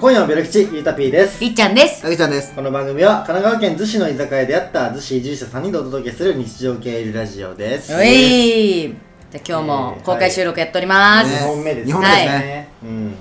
今夜のベル吉ゆうたぴーですりっちゃんです。たけちゃんです。この番組は神奈川県逗子の居酒屋であった逗子移住者3人でお届けする日常系ラジオですおいじゃあ今日も公開収録やっておりま2す。本目です二本目ですね、はいうん、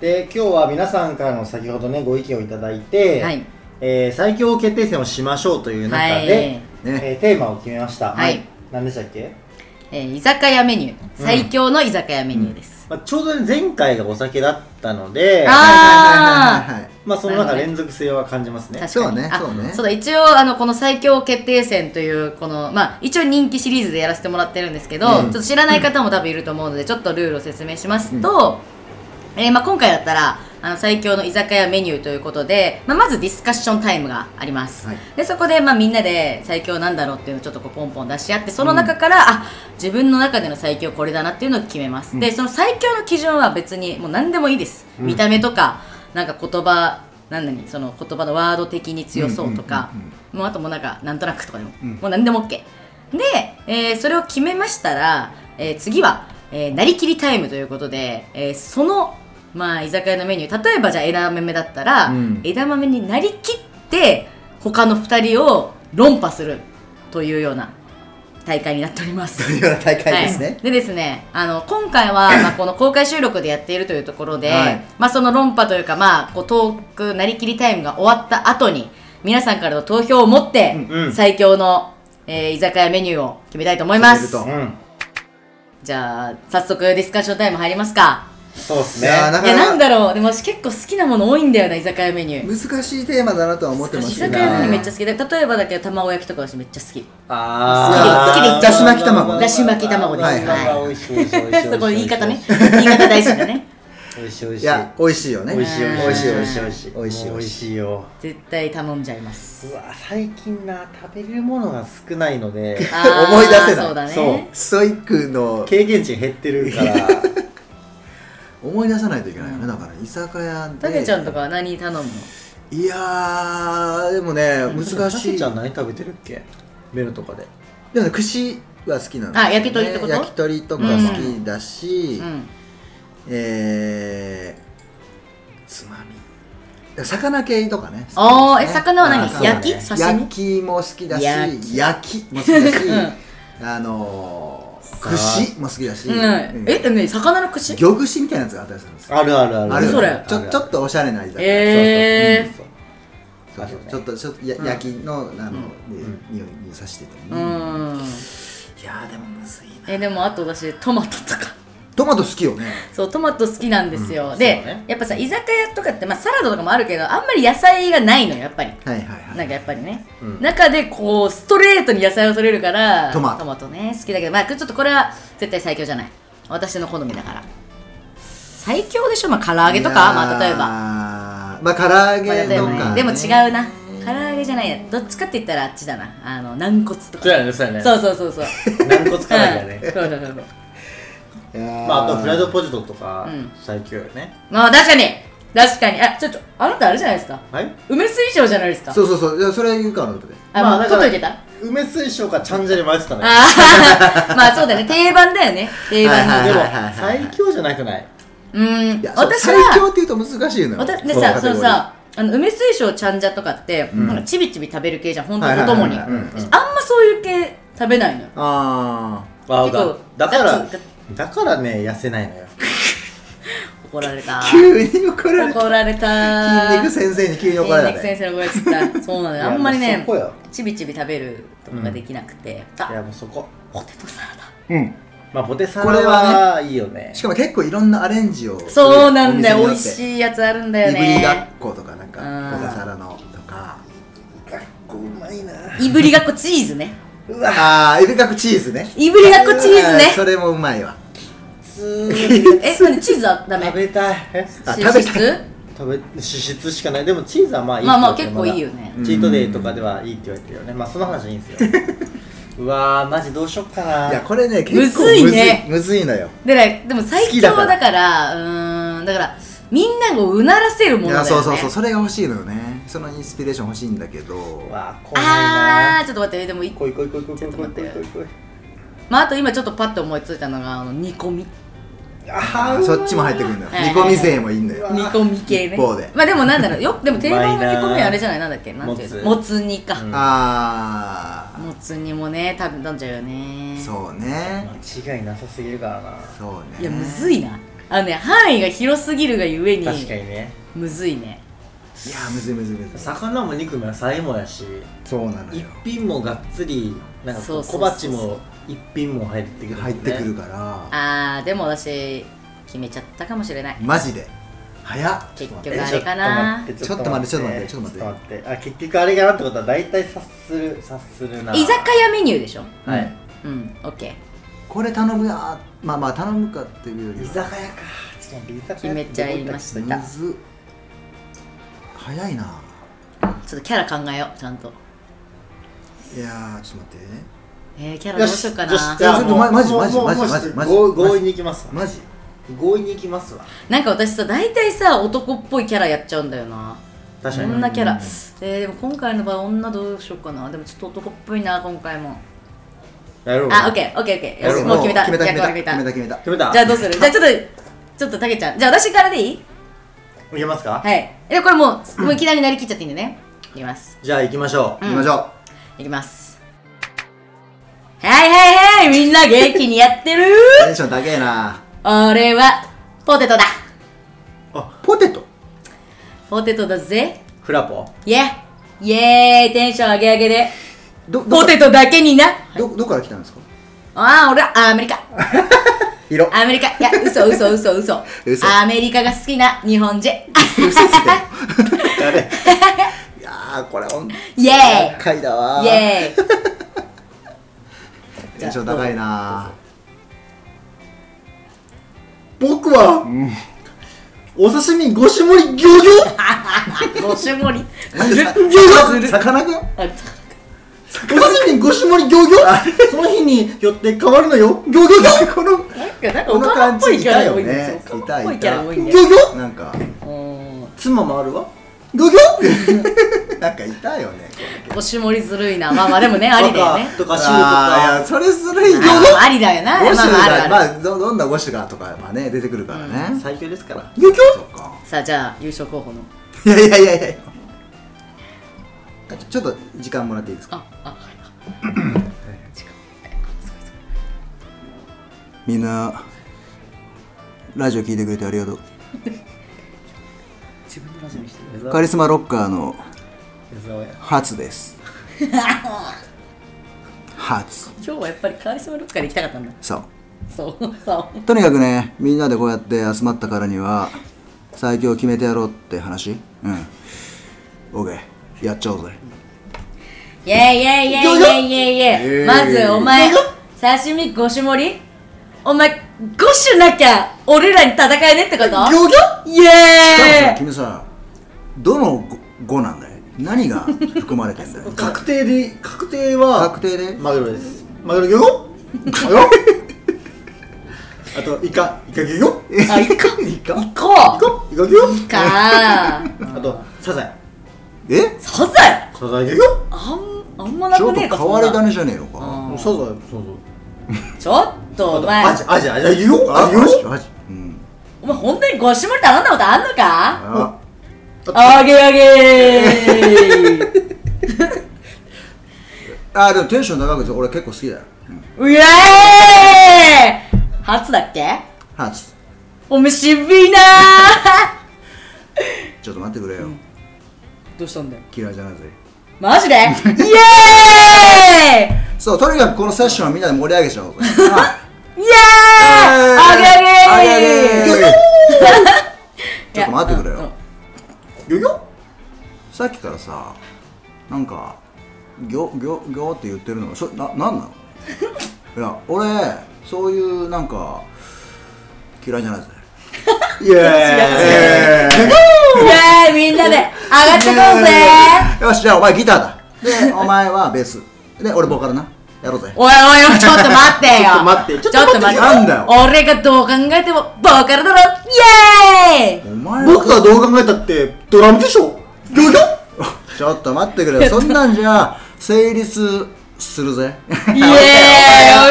で今日は皆さんからの先ほどねご意見をいただいて、はいえー最強決定戦をしましょうという中で、はいえね、ーテーマを決めました、はい何でしたっけ、えー居酒屋メニュー。最強の居酒屋メニューです。まあ、ちょうどね前回がお酒だったのであはいはいはいはいはい。まあその中連続性は感じますね確かに。そうねそうねあそうだ、一応、あの、この最強決定戦という、この、まあ、一応人気シリーズでやらせてもらってるんですけど、うんちょっと知らない方も多分いると思うので、ちょっとルールを説明しますと、えーまあ、今回だったら、あの、最強の居酒屋メニューということで、まあ、まずディスカッションタイムがあります。はいで、そこで、まあ、みんなで最強なんだろうっていうのをちょっとこう、ポンポン出し合って、その中から、あ、自分の中での最強これだなっていうのを決めます。で、その最強の基準は別に、もう何でもいいです。見た目とか、なんか言葉、なんだにその言葉のワード的に強そうとか、うんうんうんもうあともうなんかなんとなくとかでも、うんもう何でも OK で、えーそれを決めましたら、えー次は、えーなりきりタイムということで、えーその、まあ、居酒屋のメニュー例えばじゃあ枝豆だったら、うん枝豆になりきって他の2人を論破するというような大会になっております。というような 大会ですはいね。、でですねあの今回 はまあこの公開収録でやっているというところで、はいまあ、その論破というか、まあ、こうトークなりきりタイムが終わった後に皆さんからの投票を持って、うんうん最強の、えー居酒屋メニューを決めたいと思いま決すめるとうんじゃあ早速ディスカッションタイム入ります かそうですいねやーなんかいやなんだろうでも私結構好きなもの多いんだよな居酒屋メニュー難しいテーマだなとは思ってま居すけ酒ど。屋メニューめっちゃ好きで例えばだけど卵焼きとか私めっちゃ好きあー好きで好きでだし巻き卵だし巻き卵ですはいはいはい美味しい美味しい美味しい そこ言い方ね言い方大事だね美味しい美味しいいや、美味しいよね。美味しい美味しいうん美味しい美味しい美味しいもう美美味味しい。しいよ絶対頼んじゃいますうわ最近な食べれるものが少ないので あー 思い出せないそうだねそうストイックの経験値減ってるから思い出さないといけないよね。だから居酒屋で。たけちゃんとかは何頼むのいやー、でもね、難たしけい。ちでゃんも何食べてるっけメルとかでね、串は好きなの、あ焼き鳥ってこと焼き鳥とか好きだし、うんえー、つまみ魚系とかねお好ーきですねえ魚は何あー焼きそ刺うだ身焼きも好きだし焼焼きも好きだし、あのー、さあ串も好きだし、うんうんえでもね魚の串魚串みたいなやつがあったりするんですよあるあるあるあるそれちょちょっとおしゃれな居酒屋えーそうそうそうあるねちょっとちょっとや、うん焼きのあの、んね匂いにさしてて、うんいやーでもむずいなえでもあと私トマトとかトマト好きよねそうトマト好きなんですよ、うんそで、うねやっぱさ居酒屋とかって、まあ、サラダとかもあるけどあんまり野菜がないのよやっぱりはいはいはいなんかやっぱりね、うん中でこうストレートに野菜を取れるからトマトね好きだけどまあちょっとこれは絶対最強じゃない私の好みだから最強でしょまあ唐揚げとかいやーまあ例えばまあ唐揚まあげ例えとばねか、ね、でも違うな唐揚げじゃないやどっちかって言ったらあっちだなあの軟骨とかそうやねそうやねそうそう そうそう軟骨からだよねうんそうそうそうそういやーまああとフライドポテトとかうん最強よねまあ確かに確かにあちょっとあなたあれじゃないですかはい梅水晶じゃないですかそうそうそういやそれ言うからとであ、まあもうだから外行けた梅水晶かチャンジャに混ぜてたねあー まあそうだね定番だよね定番の、はいでもはいはいはい最強じゃなくないうーんいやそう私最強はって言うと難しいのよ私でさカそのテゴリーさあの梅水晶ちゃんじゃとかって、なんかちびちび食べる系じゃん本当にお供に、はいはいはいはいうん私あんまそういう系食べないのよああ結構だかガらツだからね痩せないのよ怒られたー急に怒られた怒られた筋肉先生に急に怒られた筋肉先ね生の声ちったそうなの いよやあんまりもうねそこよちびちび食べるとかができなくて、いあやもうそこポテトサラダうんまあポテサこラれははいいよねしかも結構いろんなアレンジをするそうなんだよお美店によっ味てしいやつあるんだよいぶりがっねことかなんかうん小笠原のとかうまいないぶりがっこチーズねうわあーいぶりがっこチーズねいぶりがっこチーズうわそねれもうまいわつーえ何チーズはダメ 食べたいえあ脂食べたい質食べ脂質しかないでもチーズはまあいいまあまあって結言わ構れいているよねまだチートデイとかではいいって言われてるよねまあその話はいいんですよ うわーマジどうしよっかないやこれね結構むずいねむずいむずいのよでねでも最強だから好うーんだからみんなをうならせるもいのだよやねそうそうそうそれが欲しいのよねそのインスピレーション欲しいんだけどうわー怖いなあーちょっと待ってでもいー来い来い来い来い来い来い来いちょっと待って来い来いまああと今ちょっとパッと思いついたのがあの煮込みあーそっちも入ってくるんだよはいはい煮込み勢もいいんだよ煮込み系ね一方でまあでもなんだろうよでも定番の う煮まいな込みはあれじゃないなんだっけなんていうのももつ煮か、うんあもつ煮もね食べたんじゃうよねあそうね間違いなさすぎるからなそうねいやむずいなあのね範囲が広すぎるがゆえに確かにねむずいねいやむずいむずいむずい魚も肉も野菜もやしそうなの一よ品もがっつりなんかこそううそ小うそうそ鉢うも一品も入ってくるもん入ねってくるからあーでも私決めちゃったかもしれないマジで早っ結局ちょっと待えあってれかなちょっと待ってちょっと待ってちょっと待ってちょっと待ってあ結局あれかなってことは大体察する察するな居酒屋メニューでしょはういんうんオッケーこれ頼むなまあまあ頼むかっていうより居は酒屋かちょっと待って居酒屋決めちゃいましたむずっ早いなちょっとキャラ考えようちゃんといやーちょっと待ってえー、キャラよどうししようかよしなじゃあちょっとまマジもうマジもうマジもうマジマジ強強引に行きますわマジ強引に行きますわなんか私さ大体さ男っぽいキャラやっちゃうんだよな確かに女キャラ、えー、でも今回の場合女どうしようかなでもちょっと男っぽいな今回もやろうあオッケーオッケーオッケーよしもう決めた決めたじゃあ決めたこれ決めた決め決めたたじゃあどうするじゃあちょっとちょっとたけちゃんじゃあ私からでいいいけますかはいえこれもうもういきなりなりきっちゃっていいんでねいきますじゃあ行きましょう行きましょういきますはいはいはいみんな元気にやってる テンション高えな俺はポテトだあポテトポテトだぜフラポイェイエーイテンション上げ上げでどどポテトだけになどどこから来たんですかああ俺はアメリ カ色アメリカいや嘘嘘嘘 嘘嘘アメリカが好きな日本人嘘ついて 誰いやーこれほんイエ厄介だわーイイエーイテンション高いな僕は、お刺身5種盛りギョギごしも り魚魚くんあョお刺身5種盛りギョギョその日によって変わるのよギョギョギョこのギなんかなんかおかまっぽいキャラが多いんですよこのおかまっぽ感じいキャいたいたラが多いョんでギョなんかうーん妻もあるわギョギョ なんかいたよねごしもりずるいなまあ まあでもねありだよねとか汁とあーいかやそれずるいよあ ありだよなウまォシュあまああるがある、まあどどんなウォシュがとかまあね出てくるからね最強ですからギョギョそっかさあじゃあ優勝候補のいやいやいやいやあちょちょっと時間もらっていいですかああはいみんなラジオ聞いてくれてありがとう自分のラジオにしてるカリスマロッカーの江沢やハツ ですハツ今日はやっぱりカリスマロッカーで行きたかったんだそうそうそとにかくねみんなでこうやって集まったからには最強を決めてやろうって話うんオーケーやっちゃおうぜうイェイイェイイェイイェイイェイイェイえーまずお前刺身ごしもりお前ごしゅなきゃ俺らに戦えねってことギョギョイしかもエさーイ君さどの語なんだい何が含まれてんだ よ確定で確定は確定でマグロですマグロギョギョマグロあとイカイカギョギョあイカイカ行こうイカギョギョかあとサザエえサザエサザエギョギョあんあんまなちょくっとねえか変わりそんな種じゃねえのかうんサザエそうそうちょっとお前アジアジアジアギョギョアジギョギョマジうんお前本当にごしもり頼んだことあんのかああげあげーあでもテンション高くて俺結構好きだようんうえー初だっけハツおめしびいなちょっと待ってくれよーどうしたんだよ嫌いじゃないぜマジでイエーイそうとにかくこのセッションはみんなで盛り上げちゃおうぜ イエーイあげあげーあげあげーちょっと待ってくれよいやうんギョギョさっきからさなんか「ギョギョギョ」って言ってるのがそれななんな のいや俺そういうなんか嫌いじゃないぜイエーイうんイエーイみんなで上がってこうぜよしじゃあお前ギターだ でお前はベースで俺ボーカルなやろうぜおいおいおいちょっと待ってよちょっと待ってちょっと待ってなんだよ俺がどう考えてもボーカルだろイエーイお前は僕がどう考えたってドラムでしょギョギョちょっと待ってくれよそんなんじゃ成立するぜイエーイオ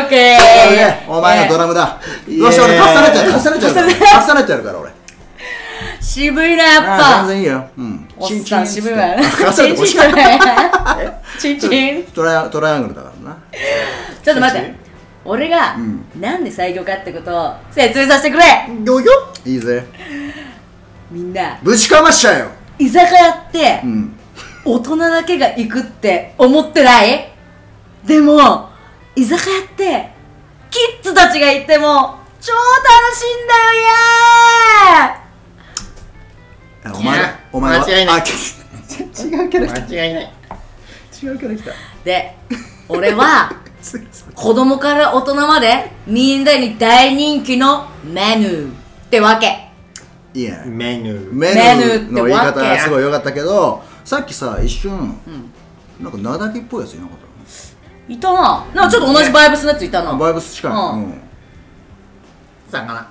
ッケー お前のドラムだイエーイよし俺重ねちゃう重ねちゃうから重ねちゃうから俺渋いなやっああ全ぱ然いいようんおっさんチンチン渋いわね重ねてほしい チンチントライトライアングルだからなちょっと待って俺がんなんで最強かってことを説明させてくれどうよいいぜみんなぶちかましちゃえよ居酒屋ってうん大人だけが行くって思ってないでも居酒屋ってキッズたちが行っても超楽しいんだよイエーイあお前いやお前は間違いないあ 違うキャラクタ間違いないー違うキャラクターで俺は すいません子供から大人までみんなに大人気のメニューってわけいいねメニューメメヌヌーってーの言い方わけがすごい良かったけどさっきさ一瞬、なんか名だきっぽいやついなかったいたななんかちょっと同じバイブスのやついたな、あバイブス近い、うんうん 魚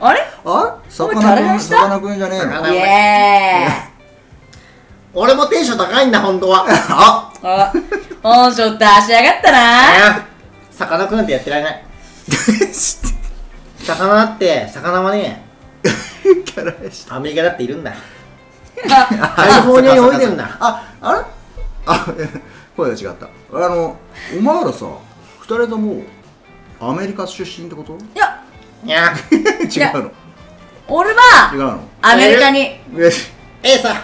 あれあれさか誰なクがンしたさかなクンじゃねえ魚のイエーイ俺もテンション高いんだ本当 はああ、本性出しやがったなさかなクンってやってられ ない魚だって魚はねキャラ変したアメリカだっているんだあカリフォルニアに置いてるんだああれあ声が違ったあのお前らさ二人ともアメリカ出身って こといや、にゃ違やうの俺違うはのアメリカにえええさ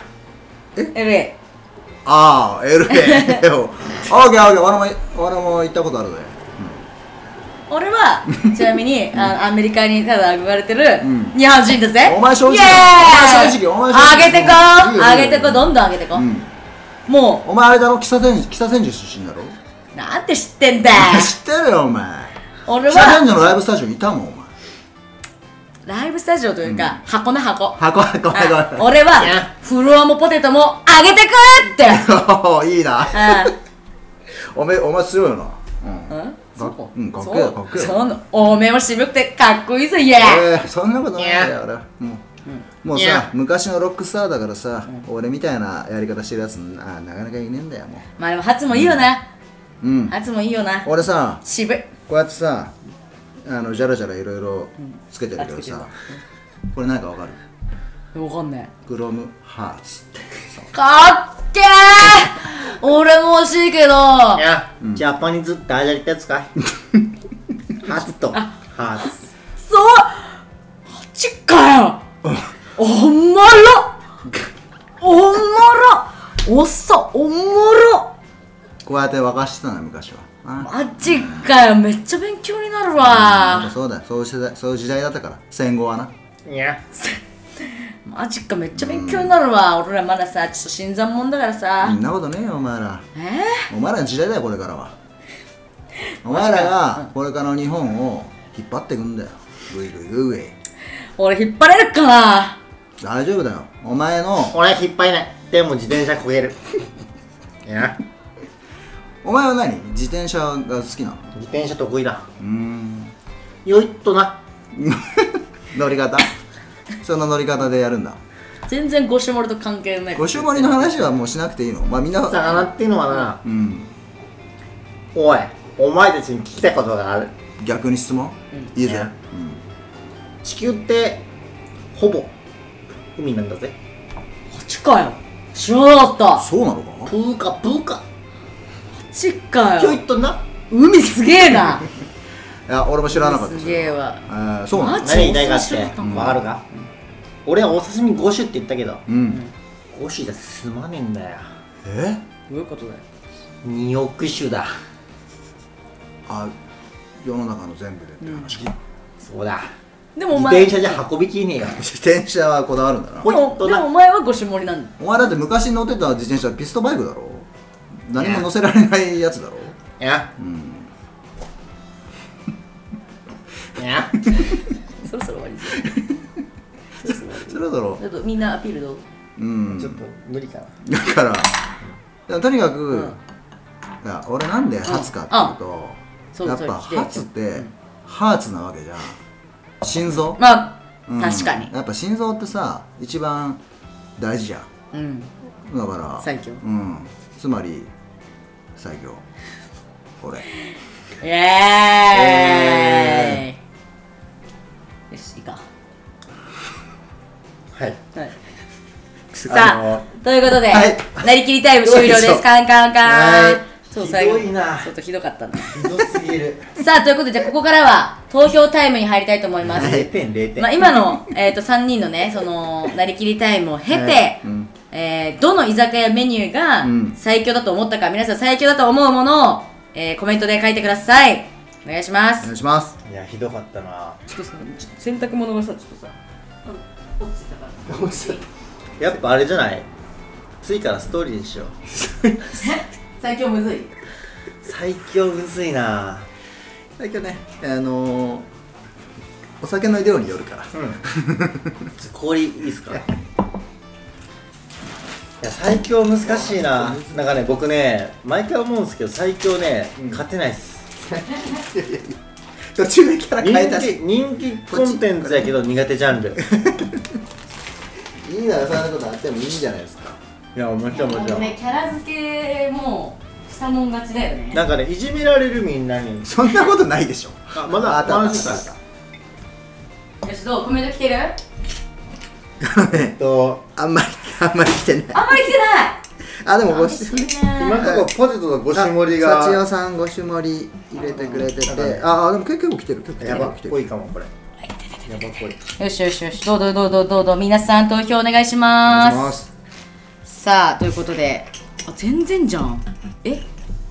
LA ああ LA をオーケーオーケー俺も俺も行ったことあるぜ俺はちなみにあアメリカにただ憧れてるん日本人だぜお前正直イだエーイお前正直お前正直上げてこいいうよ上げてこうどんどん上げてこう、うんもお前あれだろ北千住北千住出身だろうなんて知ってん だ知ってるよお前俺北千は住のライブスタジオにいたもんお前ライブスタジオというか、箱な箱箱 箱あ箱俺いはやフロアもポテトも上げてこう っておーいいなうんおめお前強いよなうんうんそううんかっけえよかっけえよそうなのおめえも渋くてかっこいいぜイエーイえーそんなことないいよや俺もうもういさや昔のロックスターだからさ俺みたいなやり方してるやつななかなかいねえんだよもまあでも初もいいよなううん初もいいよな俺さ渋いこうやってさあのじゃらじゃらいろいろつけてるけどうんさこれなんかわかるわかんねグロムハーツってさえかっけえ俺も欲しいけどいや、ジャパニーズってあれやりたやつかい ハツとハツそうマジかよおもろおもろおっさおもろこうやって沸かしてたの昔はあマジかよめっちゃ勉強になるなんかわそうだよそういう時代そういう時代だったから戦後はなにゃマジかめっちゃ勉強になるわ俺らまださちょっと新参者だからそさんなことねえよお前らえーお前らの時代だよこれからはお前らがこれからの日本を引っ張ってくんだよグイグイグイグイ俺引っ張れるかな大丈夫だよお前の俺は引っ張りないでも自転車こげるいやお前は何自転車が好きなの自転車得意だうーんよいっとな乗り方その乗り方でやるんだ全然ゴシュモルと関係ないごしゅもりの話はもうしなくていいのまあみんな魚っていうのはなうんおいお前たちに聞きたいことがある逆に質問、いいぜ、ね地球ってほぼ海なんだぜマジかよ知らなかっそうなのプかーカプーカたマジかよいよっとない海すげえないや俺も知らなかっ海たですすげえわえーそうなマのジ何言いたいかって面白かったわかるか俺はお刺身5種って言ったけどうん5種じゃ済まねえんだよえどういうことだよ2億種だあ世の中の全部でって話か、そうだでもお自前転車じゃ運びきれねえよ自転車はこだわるんだなでほいもっとでなもお前はゴシュモリなんだお前だって昔乗ってた自転車ピストバイクだろ何も乗せられないやつだろいやうんいやそろそろ 終わりですそろそろ終わりそれだろちょっとみんなアピールどううんちょっと無理かなだからだとにかく、んいや俺なんでハツかっていうと、うんやあっそうそぱうハツってハーツなわけじゃん心臓、まあうん確かにやっぱ心臓ってさ一番大事じゃうんんだから最強うんつまり最強 俺イエーイよしいいかはいはいさあ、あのということで、はいなりきりタイム終了どうででしょす。うカンカンカはンい。そうひ最後どいなちょっとひどかったな。ひどすぎるさあ、ということで、じゃあここからは投票タイムに入りたいと思います。 0点0点、まあ、今の、えー、と3人のね、その、なりきりタイムを経て、はいうんえーどの居酒屋メニューがうん最強だと思ったか、皆さん最強だと思うものを、えーコメントで書いてください。お願いしまおす願。いしますいやひどかったなちょっとさ、洗濯物がさ、ちょっとさ、落ちてたから。落ちてやっぱあれじゃない次からストーリーにしよう 最強むずい。最強むずいな最強ねあのー、お酒の量によるからうんちょっと氷いいっすかいや最強難しいななんかね僕ね毎回思うんですけど最強ね、うん勝てないっす途中でキャラ人変えた気し人気コンテンツやけど苦手ジャンルいいいならそんなことあってもいいんじゃないですかやもちろんもちろんキャラ付けもしたもん勝ちだよねなんかねいじめられるみんなにそんなことないでしょあまだあったあまっだたあったよしどうコメント来てるあったえっとあんまり あんまり来てないあんまり来てないあでもごし今んとこポテトとごしもりあ幸代がさんごしもり入れてくれててなんかねああでも結構来てる結構来てやるばっ来てぽるいかもこれやばっぽいよしよしよしどうどうどうどうどうどう皆さん投票お願いしおま願いすしますさあということであ全然じゃんえ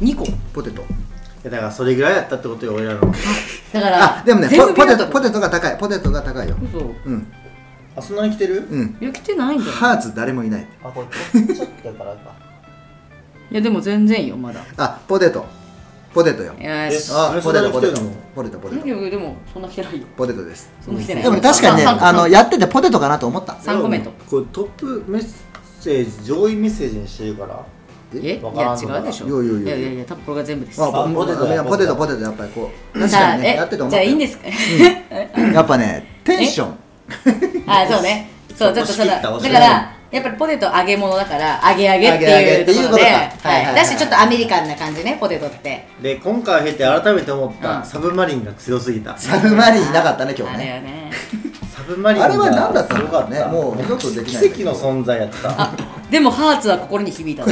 2個ポテトいやだからそれぐらいやったってことよ俺らのだからあでもね全部ポポ見たテトとポテトが高いポテトが高いよ嘘うんあそんなに来てるうんいや来てないんだよハーツ誰もいないあこれちょっとだからか いやでも全然よまだあポテトポテトよよしああポテトポテトそんなに来てるのポテトポテいトやでもそんな来てないよポテトですそんな来てないでもね確かにねさんさんあのやっててポテトかなと思った3個目とこれトップメッセージ上位メッセージにしてるからええいわからやんのか違うでしょいやいやいやいやいや多分これが全部ですあポポテテトトいやだポテトポテトやっぱりこう確じゃかあにねえやってて思っじたゃあいいんですすか やっぱねテンションあそうねそうちょっとその押し切だったか押し切ったらやっぱりポテト揚げ物だから揚げ揚げっていうところで揚げ揚げっていうことかははいはいはいい、だしちょっとアメリカンな感じねポテトってで今回経て改めて思っうんたサブマリンが強すぎたササブマリンなかったね今日あれねよね ブマリンあれは何だがったの強かったねもう二度とできない奇跡の存在やったでもハーツは心に響い たの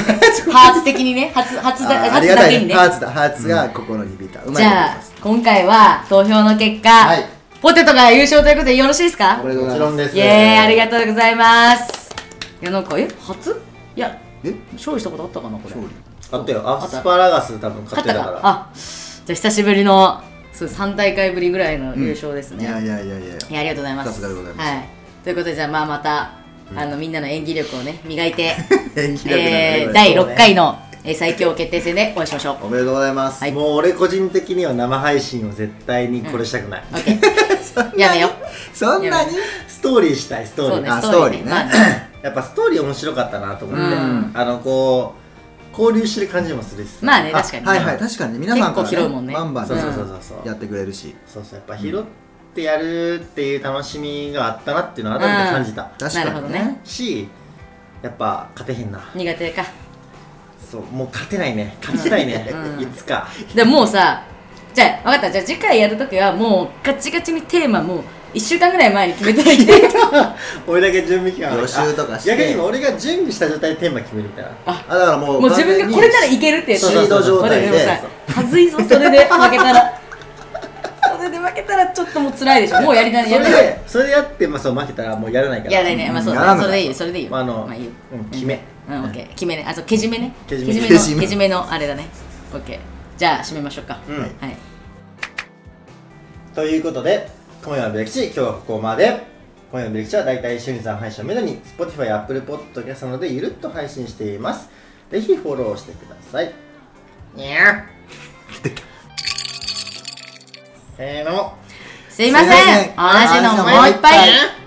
ハーツ的にね初初だああ初りがただけいにねねハーツだハーツが心に響いたうまじいこと言いゃあます今回は投票の結果、はいポテトが優勝ということでよろしいですかおめでとうごもちざいまろすんですイエーイありがとうございますいやなんかえ初いやえ勝利したことあったかなこれ勝利あったよあアったスパラガス多分買っ勝ってたたかからあじゃあ久しぶりのそう3大会ぶりぐらいの優勝ですね、いやいやいやいやいやありがとうございます。さすがでございますはい。ということでじゃあまあまた、あのみんなの演技力をね磨いて、演技力だえねこー、れ第6回の、えー最強決定戦でお会いしましょう。おめでとうございますはいもう俺個人的には生配信を絶対にこれしたくない、オッケー。やめよう。そんなにストーリーしたいストーリそーうねあストーリーね。ストーリーねまあねやっぱストーリー面白かったなと思って、うんあのこう交流してる感じもするしさまあね確かにね。はいはい確かにね皆さんか結ら構広いもんねバンバンそうそうそうねそうやってくれるしそうそうやっぱ拾ってやるっていう楽しみがあったなっていうのは改めて感じた、確なるかほどにねね。しやっぱ勝てへんな苦手か。そうもう勝てないね勝ちたいね、 うんいつかでももうさ、じゃあ分かった。じゃあ次回やるときはもうガチガチにテーマもう1週間ぐらい前に決めといて。俺だけ準備期間ある予習とかしてあ逆に今俺が準備した状態でテーマ決めるみたいなあだからもうもう自分がこれならいけるってやつシード状態でもさはずいぞそれで負けたらそれで負けたらちょっともう辛いでしょもうやりなそやれりないでそれでやって、まあ、そう負けたらもうやらないからやらないねまあそうやらだなねいそれでいいよそれでいいよまああの、まあいいようん、決めうんオッケー決めねあそうけじめねけじめのけけじじめめのあれだねオッケーじゃあ締めましょうかうんはいということで今夜のブレキチ今日はここまで今夜のブレキチは大体週に3配信をめどに Spotify や Apple Podcast などでゆるっと配信していますぜひフォローしてくださいにゃーせーのすいませんすいません同じのもう一同じのもう一杯杯